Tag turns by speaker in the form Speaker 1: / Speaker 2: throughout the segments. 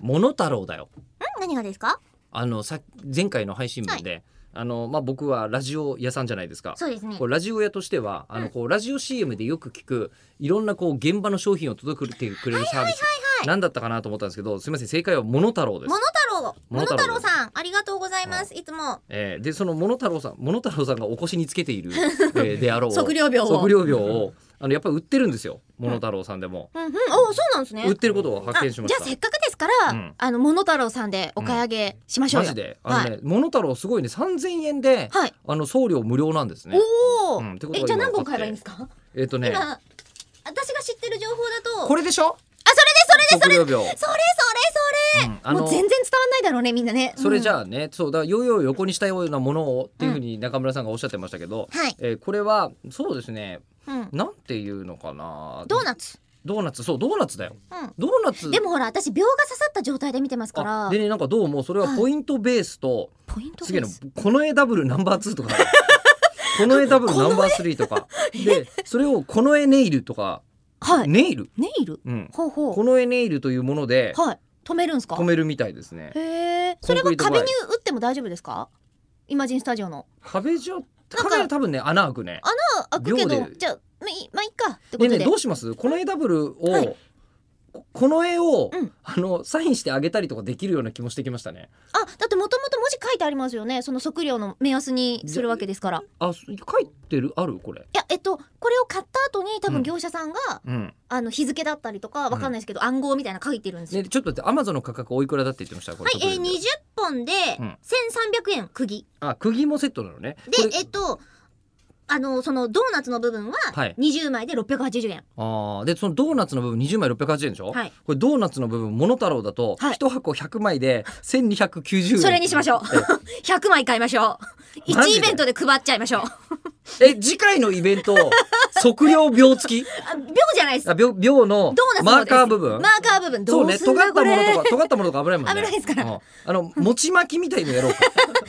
Speaker 1: モノタロウだよ。
Speaker 2: 何がですか
Speaker 1: あのさ前回の配信分で、あのまあ僕はラジオ屋さんじゃないですか。
Speaker 2: そうですね
Speaker 1: こうラジオ屋としてはあのこうラジオ CM でよく聞くいろんなこう現場の商品を届けてくれるサービスなんだったかなと思ったんですけどすみません正解はモノタロウです
Speaker 2: モノ。タロウモ
Speaker 1: モ
Speaker 2: ノ
Speaker 1: ノ
Speaker 2: タ
Speaker 1: タ
Speaker 2: ロ
Speaker 1: ロ
Speaker 2: ウ
Speaker 1: ウ
Speaker 2: さんありがとうございますいつも
Speaker 1: えー、でそのモノタロウさんモノタロウさんがお腰につけてい る、えーであろう
Speaker 2: 測量秒を
Speaker 1: 測量秒をあのやっぱり売ってるんですよモノタロウさんでも、
Speaker 2: うんうんおそうなんですね
Speaker 1: 売ってることを発見しまし
Speaker 2: あ
Speaker 1: た
Speaker 2: じゃあせっかくですから、
Speaker 1: うん
Speaker 2: あのモノタロウさんでお買い上げしましょう
Speaker 1: マ
Speaker 2: よ、
Speaker 1: ジであのね、モノタロウすごいね3000円で、
Speaker 2: はい
Speaker 1: あの送料無料なんですね
Speaker 2: おお、
Speaker 1: うんってことは
Speaker 2: え
Speaker 1: 今
Speaker 2: じゃあ何本買えばいいんですか、
Speaker 1: えっ、とね
Speaker 2: 今私が知ってる情報だと
Speaker 1: これでしょ
Speaker 2: あそれでそれでそれ
Speaker 1: 測量秒
Speaker 2: それそれそれ、
Speaker 1: うんあの
Speaker 2: もう全然伝わんないだろうねみんなね
Speaker 1: それじ
Speaker 2: あ、
Speaker 1: ゃあね、そうだヨーヨーを横にしたようなものをっていうふうに中村さんがおっしゃってましたけど、
Speaker 2: はい
Speaker 1: えーこれはそうですね
Speaker 2: うんうん
Speaker 1: なんていうのかな
Speaker 2: ドーナツ、
Speaker 1: ドーナツそうドーナツだよ
Speaker 2: う
Speaker 1: ドーナツ
Speaker 2: ん、でもほら私秒が刺さった状態で見てますから
Speaker 1: あでねなんかどうもそれはポイントベースと、
Speaker 2: ポイント
Speaker 1: 次
Speaker 2: で
Speaker 1: の
Speaker 2: す
Speaker 1: この絵ダブルナンバー2とか この絵ダブルナンバー3とか でそれをこの絵ネイルとか
Speaker 2: はい
Speaker 1: ネイル、
Speaker 2: ネイル
Speaker 1: うん、
Speaker 2: ほうほう
Speaker 1: この絵ネイルというもので
Speaker 2: はい止めるんですか
Speaker 1: 止めるみたいですね
Speaker 2: へえ
Speaker 1: コ
Speaker 2: そ
Speaker 1: ン
Speaker 2: れ
Speaker 1: ク
Speaker 2: は
Speaker 1: リートバ
Speaker 2: 壁
Speaker 1: イ
Speaker 2: に打っても大丈夫ですかイマジンスタジオの
Speaker 1: 壁じゃ
Speaker 2: か
Speaker 1: 壁は多分ね穴開くね
Speaker 2: あ開くけど
Speaker 1: 秒で
Speaker 2: じゃあまあいいまあいっかってこ
Speaker 1: ね
Speaker 2: と
Speaker 1: え
Speaker 2: で、
Speaker 1: ねえどうしますこの絵ダブルを、
Speaker 2: はい
Speaker 1: ここの絵を、
Speaker 2: うん
Speaker 1: あのサインしてあげたりとかできるような気もしてきましたね
Speaker 2: あだってもともと文字書いてありますよねその測量の目安にするわけですから
Speaker 1: あ書いてるあるこれ
Speaker 2: いやえっとこれを買った後に多
Speaker 1: う
Speaker 2: 分
Speaker 1: ん
Speaker 2: 業者さんが、
Speaker 1: うん
Speaker 2: あの日付だったりとかわかんないですけど、暗号みたいなの書いてるんですよ、
Speaker 1: ね、ちょっと待ってアマゾンの価格おいくらだって言ってましたこれ
Speaker 2: はい、えー、
Speaker 1: 特
Speaker 2: 20
Speaker 1: に
Speaker 2: 本で
Speaker 1: うん
Speaker 2: 1300円釘
Speaker 1: あ釘もセットなのねこれ
Speaker 2: でえっとあのそのドーナツの部分は
Speaker 1: はい
Speaker 2: 20枚で680円、
Speaker 1: あーでそのドーナツの部分20枚680円でしょ、
Speaker 2: はい
Speaker 1: これドーナツの部分モノタロウだと
Speaker 2: はい
Speaker 1: 1箱100枚で1290円
Speaker 2: それにしましょう 100枚買いましょう
Speaker 1: マジで
Speaker 2: 1イベントで配っちゃいましょう
Speaker 1: ええ次回のイベント測量秒付き
Speaker 2: あ秒じゃないです
Speaker 1: あ秒秒の
Speaker 2: ドーナツの
Speaker 1: マ
Speaker 2: 方
Speaker 1: ー
Speaker 2: です
Speaker 1: カー部分
Speaker 2: マーカー部分
Speaker 1: そ
Speaker 2: ど
Speaker 1: う
Speaker 2: う
Speaker 1: ね
Speaker 2: すん
Speaker 1: 尖
Speaker 2: だ
Speaker 1: った
Speaker 2: こ
Speaker 1: も
Speaker 2: れ、
Speaker 1: のとか尖ったものとか危ないもんね
Speaker 2: 危ないですから
Speaker 1: うんあの餅巻きみたいのやろうかフ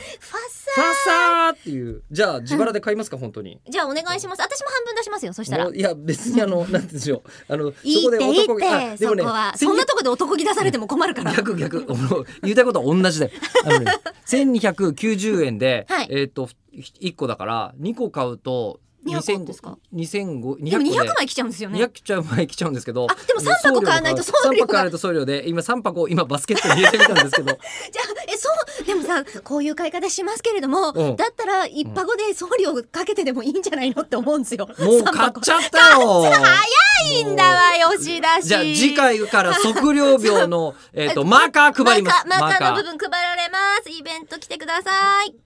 Speaker 2: ファッサ
Speaker 1: ァサーっていうじゃあ自腹で買いますか本当に
Speaker 2: じゃあお願いします私も半分出しますよそしたら
Speaker 1: もういや別にあ のなんて言うんでしょうあの
Speaker 2: いいっていい
Speaker 1: そこで男
Speaker 2: っ
Speaker 1: あ
Speaker 2: てそこはそんなとこで男気出されても困るから
Speaker 1: 逆逆あの言いたいことは同じだよ。あ のね、1290円で、
Speaker 2: はい
Speaker 1: えっ、と1個だから2個買うと
Speaker 2: 200ですか
Speaker 1: 2500
Speaker 2: でも200
Speaker 1: 200
Speaker 2: 枚来ちゃうんですよね
Speaker 1: 来ちゃう前来ちゃうんですけど。
Speaker 2: あでも三箱買わないと送料が
Speaker 1: 3箱買わないと送料で今3箱今バスケットに入れてみたんですけど
Speaker 2: じゃあえそうでもさこういう買い方しますけれども、
Speaker 1: うん
Speaker 2: だったら一箱で送料かけてでもいいんじゃないのって思うんですよ。
Speaker 1: もう
Speaker 2: 三
Speaker 1: 買っ
Speaker 2: 箱
Speaker 1: ちゃったよ。
Speaker 2: いいんだわ吉田氏。
Speaker 1: じゃあ次回から測量 秒のえっとマーカー配ります。
Speaker 2: マーカーマーカーの部分配られます。イベント来てください。